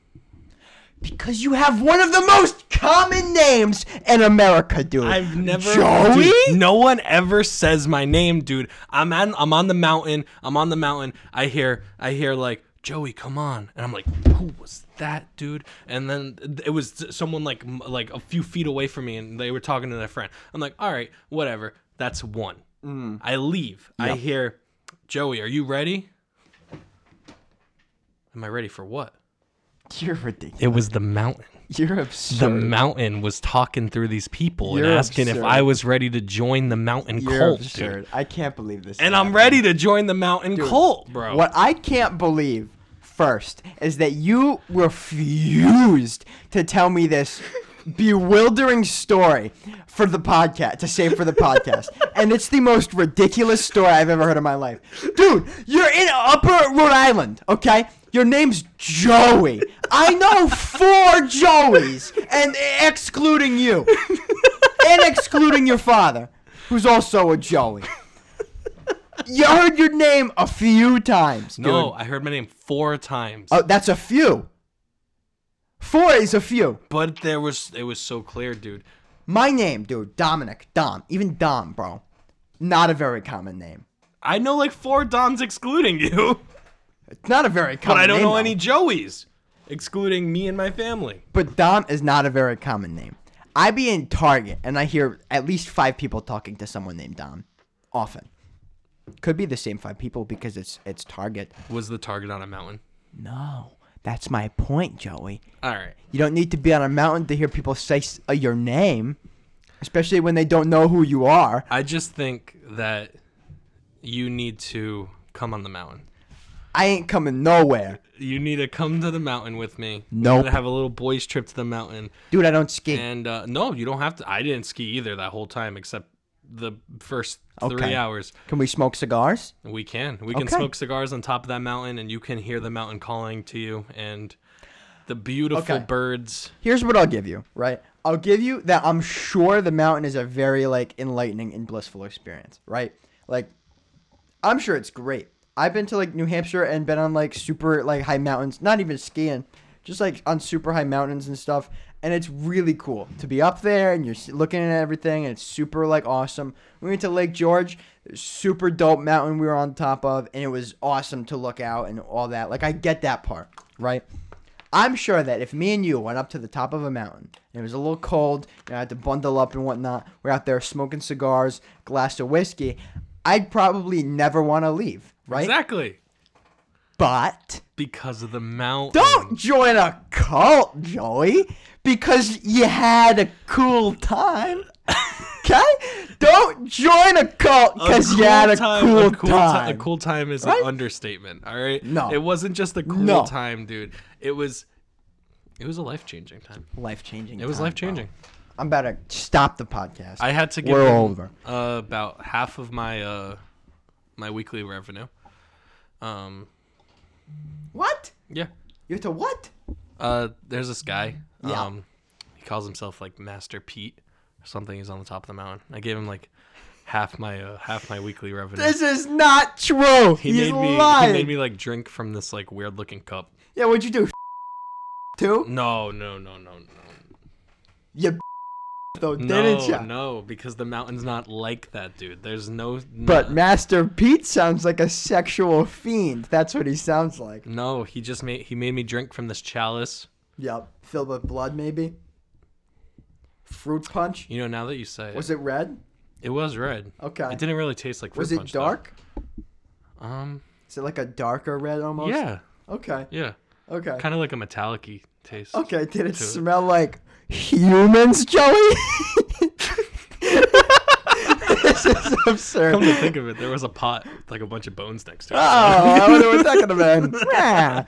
Because you have one of the most common names in America, dude.
I've never
Joey.
Dude, no one ever says my name, dude. I'm on I'm on the mountain. I'm on the mountain. I hear I hear like Joey, come on, and I'm like, who was that, dude? And then it was someone like m- like a few feet away from me, and they were talking to their friend. I'm like, all right, whatever. That's one. I leave. I hear, Joey, are you ready? Am I ready for what?
You're ridiculous.
It was the mountain
You're
the
absurd.
mountain was talking through these people
You're
and asking if
absurd.
I was ready to join the mountain
You're
cult,
absurd.
dude.
I can't believe this.
And I'm ready to join the mountain cult, bro.
What I can't believe first is that you refused to tell me this bewildering story for the podcast to save for the podcast. and it's the most ridiculous story I've ever heard in my life. Dude, you're in upper Rhode Island, okay? Your name's Joey. I know four Joeys and excluding you. and excluding your father, who's also a Joey. You heard your name a few times, dude.
No, I heard my name four times,
Oh, that's a few. Four is a few.
but there was it was so clear, dude.
My name, dude, Dominic, Dom, even Dom, bro. Not a very common name.
I know like four Dons excluding you,
It's not a very common.
but I don't
name,
know
though.
any Joeys excluding me and my family.
But Dom is not a very common name. I be in Target and I hear at least five people talking to someone named Dom, often. Could be the same five people because it's it's Target.
Was the target on a mountain?
No, that's my point, Joey.
All right.
You don't need to be on a mountain to hear people say s- uh, your name, especially when they don't know who you are.
I just think that you need to come on the mountain.
I ain't coming nowhere.
You need to come to the mountain with me.
Nope.
We're gonna have a little boys trip to the mountain.
Dude, I don't ski.
And uh, no, you don't have to. I didn't ski either that whole time, except the first
Okay.
three hours.
Can we smoke cigars?
We can. We can
Okay.
smoke cigars on top of that mountain, and you can hear the mountain calling to you and the beautiful
Okay.
birds.
Here's what I'll give you, right? I'll give you that I'm sure the mountain is a very like enlightening and blissful experience, right? Like I'm sure it's great. I've been to like New Hampshire and been on like super like high mountains, not even skiing, just like on super high mountains and stuff. And it's really cool to be up there and you're s- looking at everything and it's super like awesome. We went to Lake George, super dope mountain we were on top of, and it was awesome to look out and all that. Like I get that part, right? I'm sure that if me and you went up to the top of a mountain and it was a little cold and I had to bundle up and whatnot, we're out there smoking cigars, glass of whiskey, I'd probably never want to leave, right?
Exactly.
But
Because of the mountain.
don't join a cult, Joey, because you had a cool time. Okay? Don't join a cult
A
because you had a cool,
a cool ti-
time.
A cool time is
Right?
an understatement. All right.
No.
It wasn't just a cool
No.
time, dude. It was. It was a life changing time.
Life changing.
It was life changing.
I'm about to stop the podcast.
I had to give
We're
him,
over.
Uh, about half of my uh, my weekly revenue. Um,
what?
yeah.
You have to what?
Uh, there's this guy.
Yeah.
Um, he calls himself like Master Pete or something. He's on the top of the mountain. I gave him like half my uh, half my weekly revenue.
This is not true.
he
He's
made me
lying.
he made me like drink from this like weird looking cup.
Yeah, what'd you do? Too?
No, no, no, no, no.
You though,
No,
didn't ya?
no, because the mountain's not like that, dude. There's no
But
no,
Master Pete sounds like a sexual fiend. That's what he sounds like.
no, he just made he made me drink from this chalice.
Yep. Filled with blood, maybe. Fruit punch.
You know, now that you say it,
Was it red?
It was red.
Okay.
It didn't really taste like fruit
Was it
punch, though.
dark?
Um.
Is it like a darker red almost?
Yeah.
Okay.
Yeah.
Okay.
Kind of like a metallic-y taste.
Okay. Did it
to it.
smell like humans, Joey? this is absurd.
Come to think of it, there was a pot with, like a bunch of bones next to it.
Oh, I wonder what that could have been. Yeah.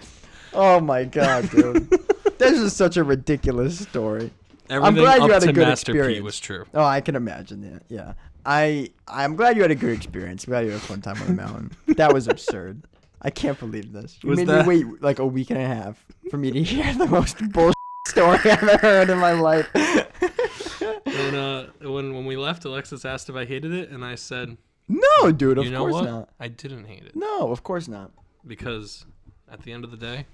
Oh my god, dude. this is such a ridiculous story.
Everything
glad you
up
had a
to
good
Master P
experience.
was true.
Oh, I can imagine it. Yeah. I I'm glad you had a good experience. I'm glad you had a fun time on the mountain. That was absurd. I can't believe this. You
Was
made
that-
me wait like a week and a half for me to hear the most bullshit story I've ever heard in my life.
When, uh, when when we left, Alexis asked if I hated it, and I said,
no, dude, of
"You know
course
what?
not.
I didn't hate it
No, of course not.
because at the end of the day,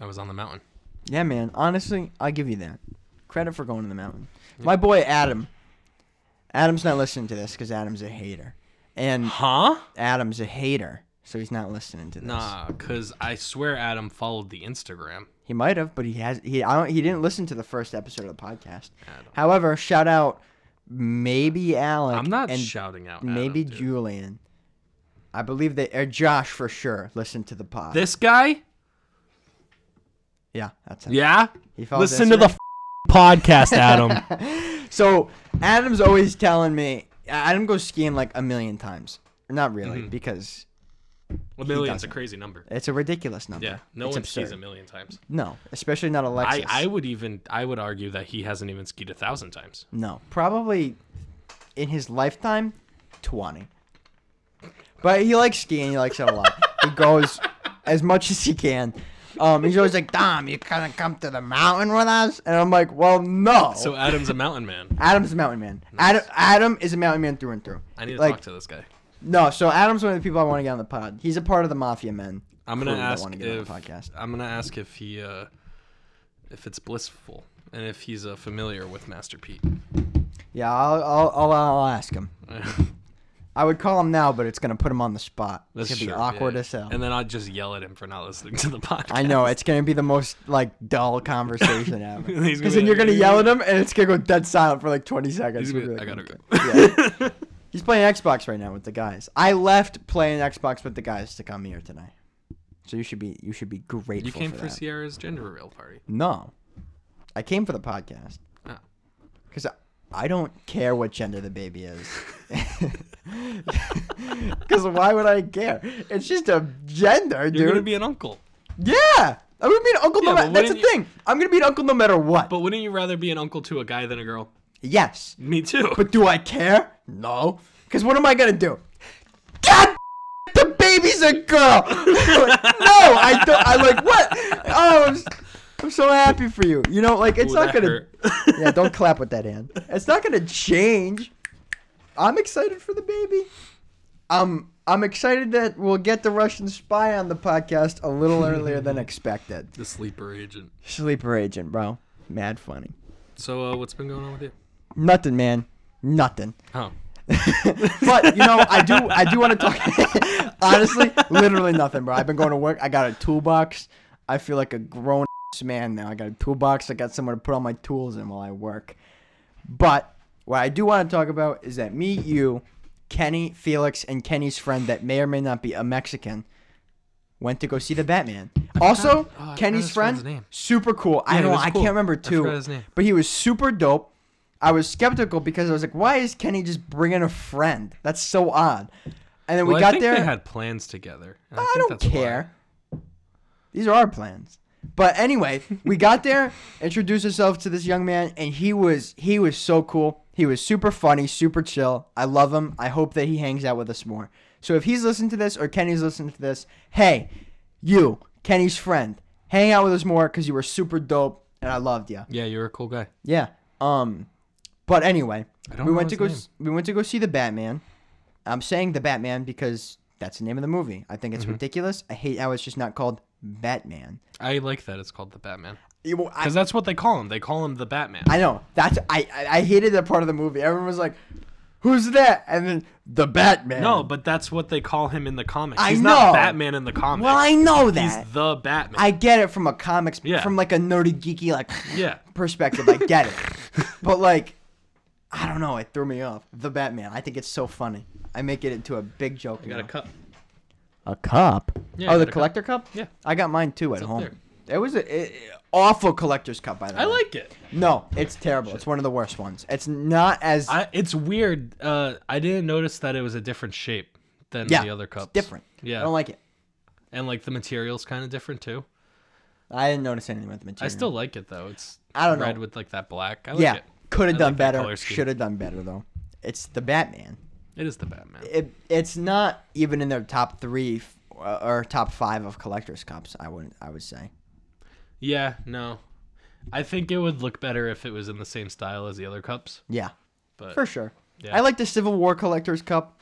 I was on the mountain.
Yeah, man. Honestly, I'll give you that. Credit for going to the mountain. My boy Adam. Adam's not listening to this because Adam's a hater. And
Huh?
Adam's a hater, so he's not listening to this.
Nah, because I swear Adam followed the Instagram.
He might have, but he has he I don't, he didn't listen to the first episode of the podcast.
Adam.
However, shout out maybe Alec
I'm not
and
shouting out. Adam,
maybe
dude.
Julian. I believe they or Josh for sure listened to the pod.
This guy?
yeah, that's it.
Yeah.
He followed
Listen
this
to the
right?
f- podcast, Adam.
So Adam's always telling me Adam goes skiing like a million times. Not really,
Mm-hmm.
because
a million's a
doesn't.
crazy number.
it's a ridiculous number.
Yeah, no
it's
one
absurd.
skis a million times.
No, especially not
I,
Alexis.
I would even I would argue that he hasn't even skied a thousand times.
No, probably in his lifetime, twenty. But he likes skiing. He likes it a lot. he goes as much as he can. Um, he's always like, "Dom, you gonna come to the mountain with us?" And I'm like, "Well, no."
So Adam's a mountain man.
Adam's a mountain man. Adam Adam is a mountain man through and through.
I need to
like,
talk to this guy.
No, so Adam's one of the people I want to get on the pod. He's a part of the Mafia Men.
I'm gonna
crew that
ask
wanna get on
if
the podcast.
I'm gonna ask if he uh, if it's blissful and if he's uh, familiar with Master Pete.
Yeah, I'll, I'll, I'll, I'll ask him. I would call him now, but it's gonna put him on the spot.
That's
it's gonna
true,
be awkward
yeah.
as hell.
And then I'd just yell at him for not listening to the podcast.
I know it's gonna be the most like dull conversation ever.
He's
Because
gonna
then
be
you're
like,
gonna yell at him, and it's gonna go dead silent for like 20 seconds.
He's
We'll be
gonna be-
like,
I gotta
"Okay."
go.
He's playing Xbox right now with the guys. I left playing Xbox with the guys to come here tonight. So you should be you should be grateful.
you came
for,
for,
that.
Sierra's gender reveal party.
No, I came for the podcast
Oh.
because I, I don't care what gender the baby is. Because why would I care? It's just a gender,
You're gonna
dude.
be an uncle.
yeah, I'm gonna be an uncle.
Yeah,
no
but
matter. That's the
wouldn't you-
thing. I'm gonna be an uncle no matter what.
But wouldn't you rather be an uncle to a guy than a girl?
yes,
Me too.
but do I care? No. Because what am I gonna do? God, the baby's a girl. Like, no, I don't. I like what? Oh, I'm, s- I'm so happy for you. You know, like it's
Ooh,
not
that
gonna.
hurt.
yeah, don't clap with that hand. It's not gonna change. I'm excited for the baby. Um, I'm excited that we'll get the Russian spy on the podcast a little earlier than expected.
the sleeper agent.
Sleeper agent, bro. Mad funny.
So uh, what's been going on with you?
Nothing, man. Nothing.
Oh,
but you know, I do I do want to talk. honestly, literally nothing, bro. I've been going to work. I got a toolbox. I feel like a grown ass man now. I got a toolbox. I got somewhere to put all my tools in while I work. But what I do want to talk about is that me, you, Kenny, Felix, and Kenny's friend that may or may not be a Mexican went to go see the Batman. Also,
Oh, forgot
Kenny's
his
friend,
friend's name.
super cool. I
Yeah, he
don't.
was
I
cool.
can't remember
I
too.
forgot his name.
But he was super dope. I was skeptical because I was like, why is Kenny just bringing a friend? That's so odd. And then
well,
we
I
got
think
there.
they had plans together. and I,
I
think
don't
that's why.
care. These are our plans. But anyway, we got there, introduced ourselves to this young man, and he was he was so cool. He was super funny, super chill. I love him. I hope that he hangs out with us more. So if he's listening to this or Kenny's listening to this, hey, you, Kenny's friend, hang out with us more because you were super dope and I loved you.
Yeah, you're a cool guy.
Yeah. Um. But anyway,
I don't
we
know
went to
his
go.
name.
s- We went to go see the Batman. I'm saying the Batman because that's the name of the movie. I think it's
Mm-hmm.
ridiculous. I hate how it's just not called Batman.
I like that it's called the Batman
You know, I,
because that's what they call him. They call him the Batman.
I know that's I, I I hated that part of the movie. Everyone was like, "Who's that?" And then the Batman.
no, but that's what they call him in the comics.
I
He's not
know.
Batman in the comics.
Well, I know that.
He's the Batman.
I get it from a comics,
Yeah.
from like a nerdy geeky like
yeah.
perspective. I get it, but like, I don't know. It threw me off. The Batman. I think it's so funny. I make it into a big joke.
I got
now.
a cup.
A cup.
Yeah,
oh,
I got a
the
cup.
collector cup.
Yeah.
I got mine too at
up
home.
there.
It was an awful collector's cup, by the way.
I like it.
No, it's terrible. It's one of the worst ones. It's not as
I, it's weird. Uh, I didn't notice that it was a different shape than
yeah.
the other cups.
It's different.
Yeah.
I don't like it.
and like the material's kind of different too.
I didn't notice anything with the material.
I still like it though. It's
I don't know.
red with like that black. I like
Yeah.
it.
Could have
I like
done
that
better.
color scheme.
Should have done better though. It's the Batman.
It is the Batman.
It it's not even in their top three f- uh, or top five of collector's cups. I wouldn't. I would say.
Yeah, no. I think it would look better if it was in the same style as the other cups.
Yeah.
But
For sure.
Yeah.
I like the Civil War collector's cup.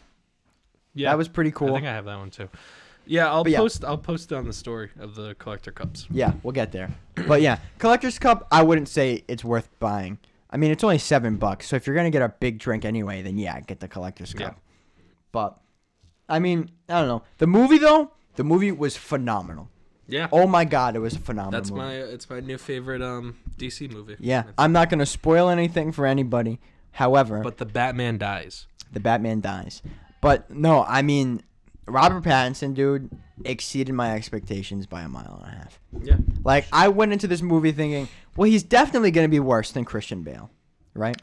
yeah,
That was pretty
I
cool.
think I have that one too. Yeah, I'll
But yeah.
post. I'll post on the story of the collector cups.
Yeah, we'll get there. But yeah, collector's cup, I wouldn't say it's worth buying. I mean, it's only seven bucks, so if you're gonna get a big drink anyway, then yeah, get the collector's cup.
Yeah.
But I mean, I don't know. The movie though, the movie was phenomenal.
Yeah,
Oh my god, it was a phenomenal.
that's
movie.
my. It's my new favorite um DC movie.
Yeah, I'm not gonna spoil anything for anybody. However,
But the Batman dies.
the Batman dies. But no, I mean, Robert Pattinson, dude, exceeded my expectations by a mile and a half.
Yeah.
Like I went into this movie thinking, well, he's definitely going to be worse than Christian Bale, right?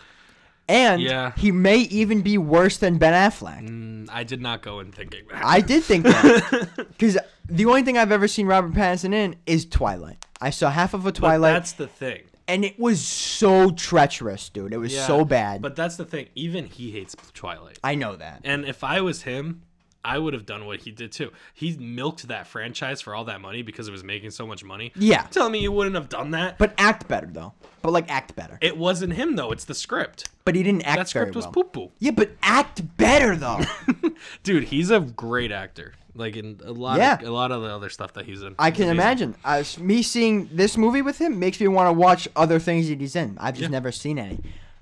And
Yeah.
he may even be worse than Ben Affleck.
Mm, I did not go in thinking. That.
I did think that because the only thing I've ever seen Robert Pattinson in is Twilight. I saw half of a
But
Twilight,
that's the thing.
and it was so treacherous, dude. It was
Yeah,
so bad.
But that's the thing. Even he hates Twilight.
I know that.
And if I was him, I would have done what he did too. He milked that franchise for all that money because it was making so much money.
Yeah.
Tell me you wouldn't have done that.
But act better though. But like act better.
It wasn't him though. It's the script.
But he didn't act
That script
very
was
well.
poo poo.
Yeah, but act better though.
Dude, he's a great actor. Like in a lot,
Yeah.
of, a lot of the other stuff that he's in.
I
He's
can
amazing.
imagine. Uh, s- me seeing this movie with him makes me want to watch other things that he's in. I've just never seen any.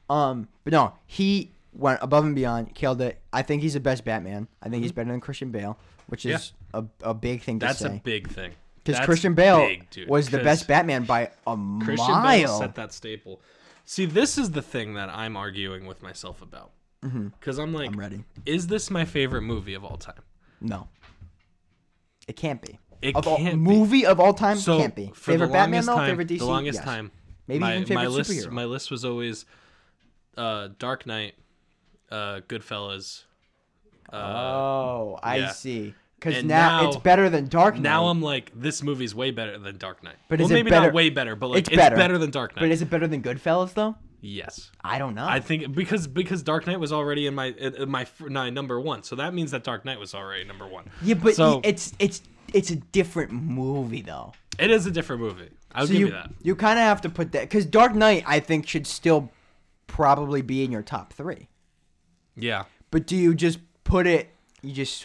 Um, but no, he went above and beyond, killed it. I think he's the best Batman. I think he's better than Christian Bale, which is a, a big thing to
Mm-hmm. That's a
say.
big thing.
Because
That's
Christian Bale
big, dude,
was the
'cause
best Batman by a
Christian Bale
mile.
set that staple. See, this is the thing that I'm arguing with myself about. Because I'm like,
Mm-hmm. I'm ready.
is this my favorite movie of all time?
No, it can't be.
It
of all,
can't be.
movie of all time
So
can't be.
for
Favorite
the
Batman
longest
though,
time,
favorite DC.
the longest
Yes.
time,
Maybe
my,
even favorite
my list,
superhero.
My list was always uh, Dark Knight, uh, Goodfellas.
oh, I
yeah.
see. Because
And
now,
now-
it's better than Dark Knight.
Now I'm like, this movie's way better than Dark Knight.
But
well,
is it
maybe
better-
not way better, but like
it's better.
than Dark Knight.
But is it better than Goodfellas though?
yes,
I don't know.
I think because because Dark Knight was already in my in in my fr- my number one, so that means that Dark Knight was already number one.
yeah, but
so
it's it's it's a different movie though.
it is a different movie. I'll
So
give
you
you, that.
you kind of have to put that because Dark Knight I think should still probably be in your top three.
Yeah.
But do you just put it? You just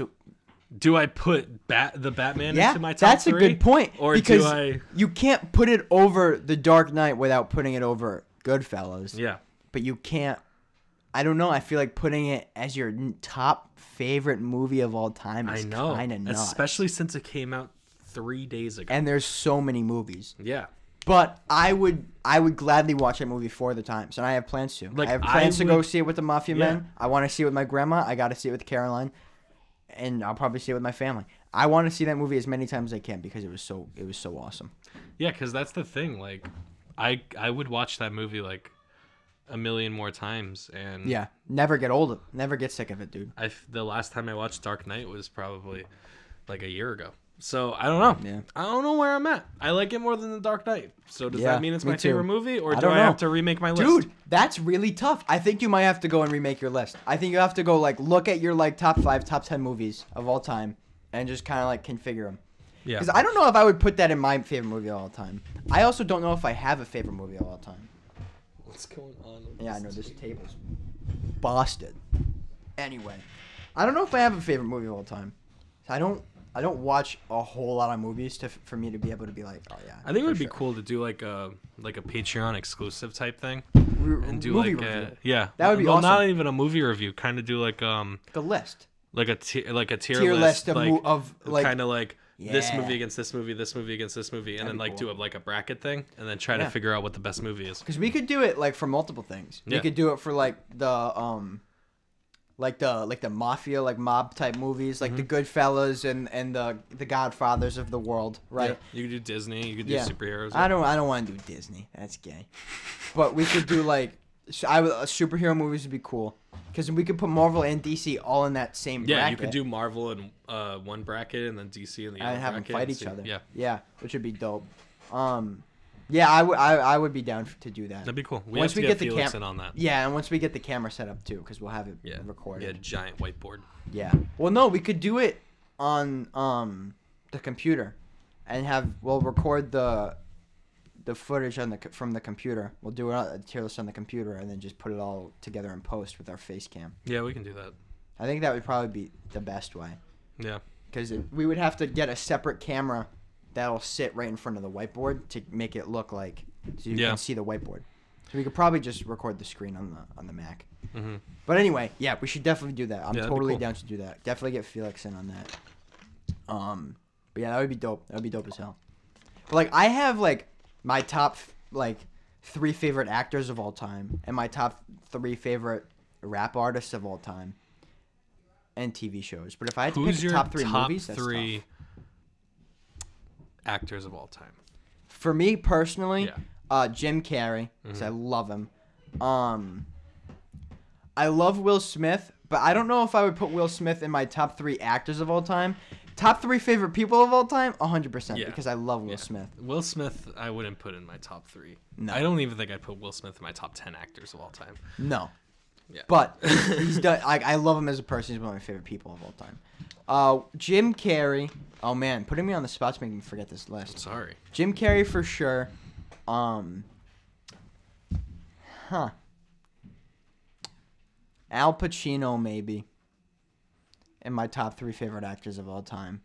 Do I put Bat the Batman
yeah,
into my top
that's a
three?
good point.
Or
because
do I?
you can't put it over the Dark Knight without putting it over Goodfellas.
Yeah.
but you can't. I don't know. I feel like putting it as your n- top favorite movie of all time
I
is
know.
kind of nuts.
Especially since it came out three days ago.
and there's so many movies.
yeah.
But I would I would gladly watch that movie four other times, and I have plans to.
Like,
I have
I
plans to go
would-
see it with the Mafia
Yeah.
Men. I want to see it with my grandma. I got to see it with Caroline, and I'll probably see it with my family. I want to see that movie as many times as I can because it was so it was so awesome.
Yeah, because that's the thing. Like, I I would watch that movie like a million more times, and
Yeah, never get old, never get sick of it, dude.
I f- the last time I watched Dark Knight was probably like a year ago. So I don't know.
Yeah.
I don't know where I'm at. I like it more than the Dark Knight. So does
Yeah,
that mean it's
me
my
too.
favorite movie, or
I
do
don't
I have
know.
to remake my list?
Dude, that's really tough. I think you might have to go and remake your list. I think you have to go like look at your like top five, top ten movies of all time, and just kind of like configure them.
yeah.
Because I don't know if I would put that in my favorite movie of all time. I also don't know if I have a favorite movie of all time.
What's going on? with
Yeah, I know this table's busted. Anyway, I don't know if I have a favorite movie of all time. I don't. I don't watch a whole lot of movies to for me to be able to be like, oh yeah.
I think it
for
would be
sure."
cool to do like a like a Patreon exclusive type thing,
Re-
and do
movie
like
review.
a yeah.
That would be
well, not
awesome.
even a movie review. Kind of do like um
The list.
like a tier like a tier,
Tier list
list,
of
like,
mo- of, like-
kind of like this
Yeah.
movie against this movie, this movie against this movie, and
That'd
then
be
like
cool.
do a, like a bracket thing, and then try
Yeah.
to figure out what the best movie is.
Because we could do it like for multiple things. We
Yeah.
could do it for like the um, like the like the mafia like mob type movies, like
Mm-hmm.
the Goodfellas and and the the Godfathers of the world, right?
You could do Disney. You could do superheroes.
I don't. I don't want to do Disney. That's gay. But we could do like, s- I would, uh, superhero movies would be cool because we could put Marvel and DC all in that same.
Yeah,
bracket.
you could do Marvel in uh, one bracket, and then DC in the other
and have them
bracket,
fight
and
each
see-
other.
Yeah,
Yeah, which would be dope. Um, yeah, I would. I, I would be down f- to do that.
that'd be cool. We
Once
have to
we
get,
get the
Felix
cam-
in on that.
yeah, and once we get the camera set up too, because we'll have it
Yeah, yeah,
recorded.
giant whiteboard.
Yeah. Well, no, we could do it on um the computer, and have we'll record the the footage on the co- from the computer. We'll do it on a tier list on the computer, and then just put it all together in post with our face cam.
Yeah, we can do that.
I think that would probably be the best way.
Yeah,
because we would have to get a separate camera that'll sit right in front of the whiteboard to make it look like so you
Yeah.
can see the whiteboard. So we could probably just record the screen on the on the Mac. But anyway, yeah, we should definitely do that. I'm
Mm-hmm. Yeah, that'd be
totally
cool.
down to do that. Definitely get Felix in on that. Um, but yeah, that would be dope. That would be dope as hell. But, like I have like my top like three favorite actors of all time, and my top three favorite rap artists of all time, and TV shows. But if I had to pick
Who's
the
your
top three
top
movies, that's
three
tough.
actors of all time?
For me personally,
Yeah. Mm-hmm.
uh, Jim Carrey, because I love him. Um, I love Will Smith, but I don't know if I would put Will Smith in my top three actors of all time. Top three favorite people of all time, 100%,
Yeah.
because I love Will
Yeah.
Smith.
Will Smith, I wouldn't put in my top three.
No.
I don't even think I'd put Will Smith in my top ten actors of all time.
No.
Yeah.
But he's done. I, I love him as a person. He's one of my favorite people of all time. Uh, Jim Carrey. Oh man, putting me on the spot's making me forget this list.
Sorry.
Jim Carrey for sure. Um, huh. Al Pacino maybe. And my top three favorite actors of all time.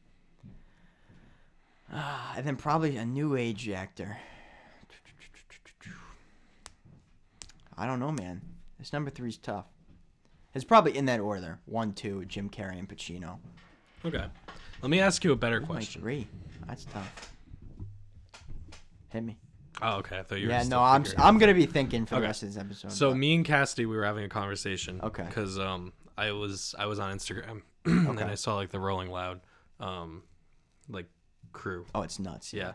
Ah, and then probably a new age actor. I don't know, man. This number three's tough. It's probably in that order: one, two, Jim Carrey and Pacino.
Okay. Let me ask you a better
My
question.
three. That's tough. Hit me.
Oh, okay. I thought you were.
Yeah,
still
no, I'm
figuring it
I'm gonna be thinking for the
Okay.
rest of this episode.
So
but-
me and Cassidy, we were having a conversation.
Okay.
Because um, I was I was on Instagram and
Okay.
I saw like the Rolling Loud, um, like crew.
oh, it's nuts.
Yeah,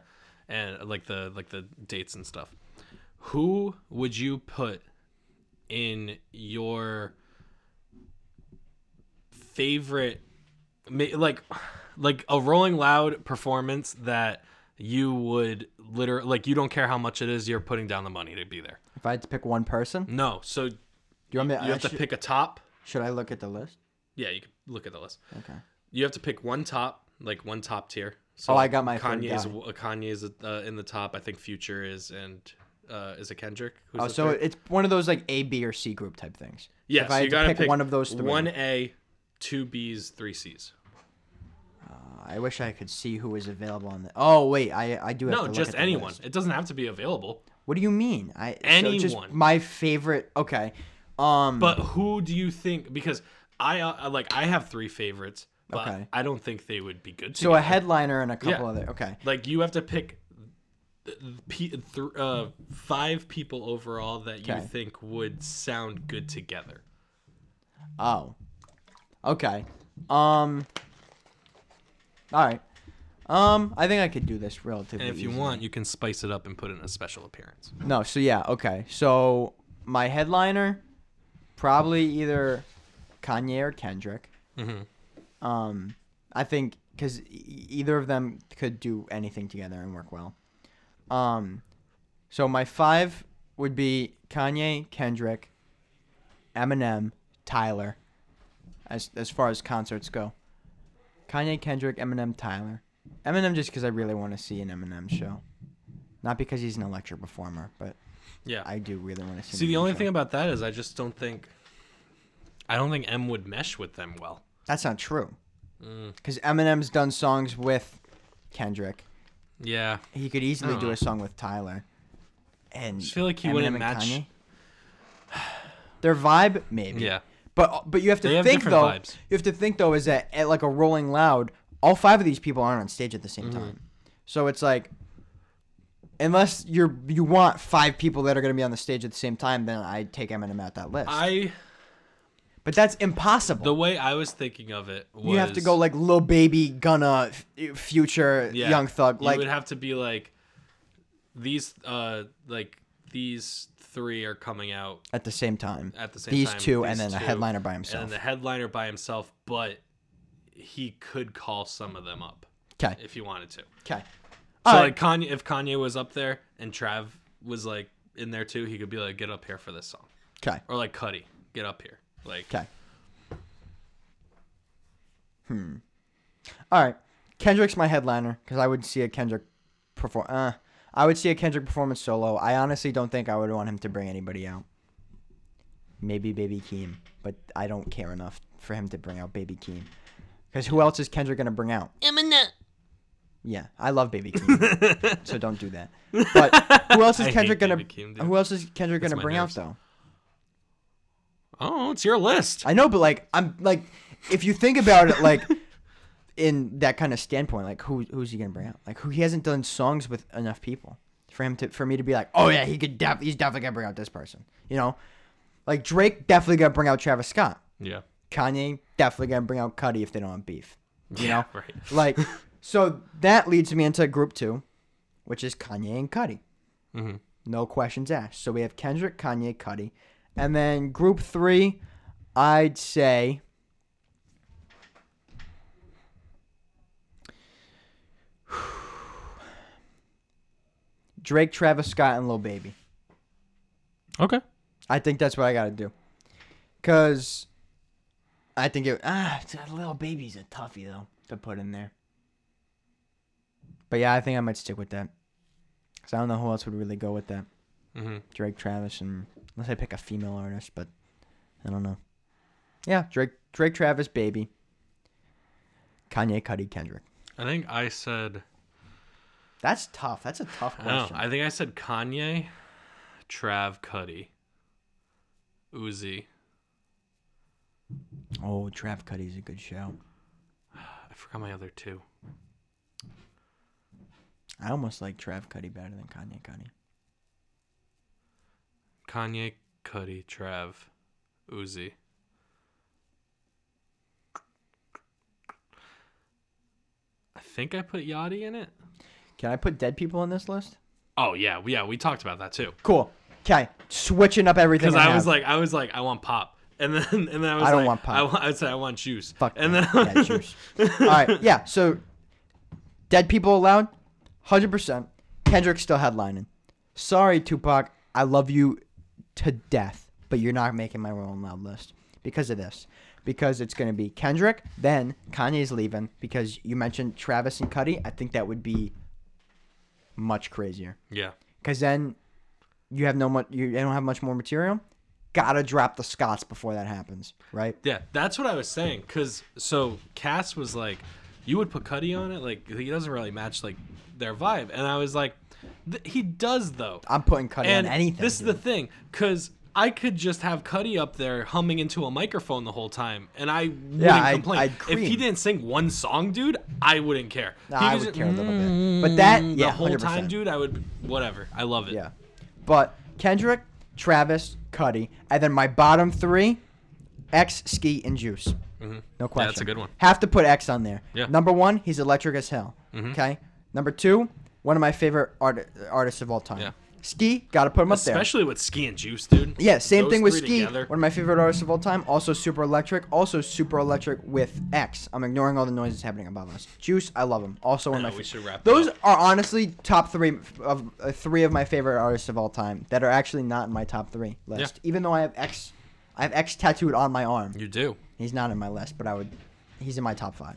and uh, like the like the dates and stuff. Who would you put in your favorite, ma- like, like a Rolling Loud performance that you would literally like you don't care how much it is, you're putting down the money to be there.
If I had to pick one person, do
No, so
you want me?
you
I
have to
should-
pick a top.
Should I look at the list?
Yeah, you can look at the list.
Okay.
You have to pick one top, like one top tier. So
Oh, I got my third
Kanye's
guy.
uh, Kanye's uh, in the top. I think Future is and uh, is it Kendrick? Who's
Oh,
the
so
third?
it's one of those like A, B, or C group type things.
yeah,
If
so
I had
you
to
gotta
pick, one of those three,
One A, two B's, three C's.
I wish I could see who is available on the. Oh wait, I I do have to
No,
look
just
at the
anyone.
list.
It doesn't have to be available.
What do you mean? I so just
Anyone.
my favorite. Okay. Um.
But who do you think? Because I uh, like I have three favorites, but
Okay.
I don't think they would be good.
so a
together.
headliner and a couple
Yeah.
other. Okay.
Like you have to pick th- pe- th- uh, five people overall that you
Okay.
think would sound good together.
Oh. Okay. Um. All right. Um. I think I could do this relatively.
And if you
easily.
want, you can spice it up and put in a special appearance.
No, so yeah, okay. So my headliner, probably either Kanye or Kendrick. Um, I think because either of them could do anything together and work well. Um, so my five would be Kanye, Kendrick, Eminem, Tyler. As as far as concerts go, Kanye, Kendrick, Eminem, Tyler. Eminem just because I really want to see an Eminem show, not because he's an electric performer, but
Yeah.
I do really want to see.
See,
an
the
Eminem
only
show.
thing about that is I just don't think I don't think M would mesh with them well.
that's not true, because Eminem's done songs with Kendrick.
Yeah.
He could easily
Oh.
do a song with Tyler. And
Just feel like he
Eminem
wouldn't
and
match-
Kanye. Their vibe, maybe.
Yeah.
But but you have to
They have
think
different
though.
vibes.
You have to think though is that at like a Rolling Loud, all five of these people aren't on stage at the same time. So it's like, unless you're you want five people that are going to be on the stage at the same time, then I take Eminem out that list.
I
but that's impossible.
the way I was thinking of it was
you have to go like Lil Baby, Gunna, F- Future,
Yeah.
Young Thug.
you
Like
would have to be like these uh like these three are coming out
at the same time.
at the same
These
time.
two and then a
two,
headliner by himself.
And the headliner by himself, but he could call some of them up
Okay.
if he wanted to.
Okay.
So
All
like Kanye, if Kanye was up there and Trav was like in there too, he could be like, "Get up here for this song,"
Okay.
or like Cuddy, "Get up here." Like,
Okay. Hmm. All right. Kendrick's my headliner because I would see a Kendrick perform. Uh, I would see a Kendrick performance solo. I honestly don't think I would want him to bring anybody out. Maybe Baby Keem, but I don't care enough for him to bring out Baby Keem. Because who else is Kendrick gonna bring out?
Eminem.
Yeah, I love Baby Keem, so don't do that. But who else
I
is
hate
Kendrick gonna?
Baby Keem, dude.
who else is Kendrick
That's
gonna
my
bring
nerves.
out though?
Oh, it's your list.
I know, but like I'm like, if you think about it, like in that kind of standpoint, like who who's he gonna bring out? Like who he hasn't done songs with enough people for him to for me to be like, oh yeah, he could def- he's definitely gonna bring out this person. You know, like Drake definitely gonna bring out Travis Scott.
yeah.
Kanye definitely gonna bring out Cuddy if they don't have beef. You
Yeah,
know,
right.
Like, so that leads me into group two, which is Kanye and Cuddy.
Mhm.
No questions asked. So we have Kendrick, Kanye, Cuddy, and then group three, I'd say. Drake, Travis Scott, and Lil Baby.
Okay.
I think that's what I gotta do. Cause I think it ah it's a little baby's a toughie though to put in there. But yeah, I think I might stick with that. Cause I don't know who else would really go with that.
Mm-hmm.
Drake, Travis, and unless I pick a female artist, but I don't know. Yeah, Drake, Drake, Travis, baby. Kanye, Cudi, Kendrick.
I think I said.
That's tough. That's a tough
I don't
question.
know. I think I said Kanye, Trav, Cuddy, Uzi.
oh, Trav Cudi's a good show.
I forgot my other two.
I almost like Trav Cudi better than Kanye Cudi.
Kanye, Cuddy, Trav, Uzi. I think I put Yachty in it.
Can I put dead people on this list?
Oh yeah, we- yeah, we talked about that too.
Cool. Okay, switching up everything.
Because I was
have.
like, I was like, I want pop, and then and then I was
I don't
like,
want pop.
I, wa- I would say I want juice.
fuck.
and
that.
then
yeah, cheers. All right, yeah. So, dead people allowed, hundred percent. Kendrick still headlining. Sorry, Tupac. I love you to death, but you're not making my Rolling Loud list because of this. Because it's gonna be Kendrick, then Kanye's leaving. Because you mentioned Travis and Cuddy, I think that would be much crazier.
yeah,
Because then you have no much. You don't have much more material. Gotta drop the Scots before that happens, right?
yeah, that's what I was saying. Because so Cass was like, you would put Cuddy on it, like he doesn't really match like their vibe, and I was like, th- he does though.
I'm putting Cuddy on
and
anything.
this
dude.
is the thing, because. I could just have Cuddy up there humming into a microphone the whole time, and I wouldn't
I'd-
complain.
I'd
if he
cream.
didn't sing one song, dude, I wouldn't care.
Nah,
He
I
was
would
just-
care a little bit, but that
Mm,
yeah,
the whole
100%.
time, dude, I would whatever. I love it.
Yeah, but Kendrick, Travis, Cuddy, and then my bottom three: X, Ski, and Juice. No question.
Mm-hmm. that's a good one.
Have to put X on there.
Yeah. Mm-hmm.
Number one, he's electric as hell. Okay. Number two, one of my favorite art- artists of all time.
Yeah.
Ski, gotta put him up there.
Especially with Ski and Juice, dude.
Yeah, same
Those
thing with
three
Ski.
together.
One of my favorite artists of all time. Also super electric. Also super electric with X. I'm ignoring all the noises happening above us. Juice, I love him. Also one of
know,
my.
we should wrap it
Those
up.
are honestly top three of uh, three of my favorite artists of all time that are actually not in my top three list. Even though I have X, I have X tattooed on my arm.
You do.
He's not in my list, but I would. He's in my top five.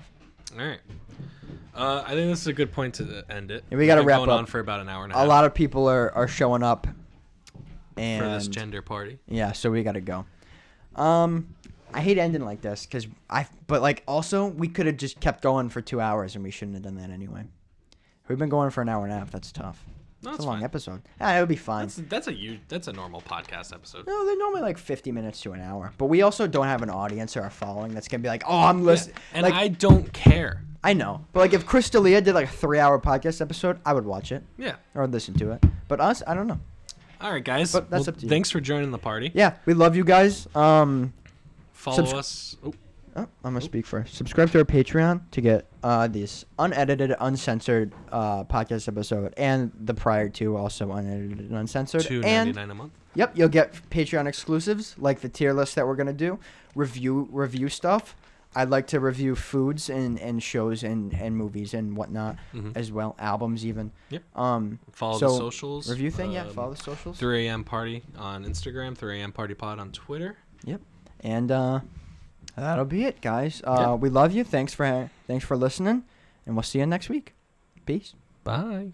All right. Uh, I think this is a good point to end it.
Yeah, we gotta
We've been
wrap
going
up.
on for about an hour and a half
A lot of people are are showing up. And
for this gender party.
Yeah, so we gotta go. Um, I hate ending like this because I. But like, also, we could have just kept going for two hours, and we shouldn't have done that anyway. We've been going for an hour and a half. That's tough.
No,
it's
it's
a long
fine.
episode. Yeah, it would be fine.
That's that's a you that's a normal podcast episode.
no, they're normally like fifty minutes to an hour. But we also don't have an audience or a following that's gonna be like, "Oh, I'm listening."
And
like,
I don't care.
I know, but like, if Chris D'Elia did like a three-hour podcast episode, I would watch it
Yeah.
or listen to it. But us, I don't know.
All right, guys.
But that's
Well,
up to you.
Thanks for joining the party.
Yeah, we love you guys. Um,
Follow
Subscri-
us. Oh,
Oh, I'm gonna speak first. Subscribe to our Patreon to get uh, this unedited, uncensored uh, podcast episode, and the prior two also unedited and uncensored.
two ninety
and
nine a month.
yep, you'll get Patreon exclusives like the tier list that we're gonna do, review review stuff. I'd like to review foods and, and shows and, and movies and whatnot as well, albums even.
Mm-hmm. Yep.
Um,
Follow
so
the socials.
Review thing, yeah.
um,
Follow the socials.
3 a.m. party on Instagram, 3 a.m. party pod on Twitter.
Yep. And uh, that'll be it, guys. Uh,
Yeah.
We love you. Thanks for thanks for listening, and we'll see you next week. Peace.
Bye.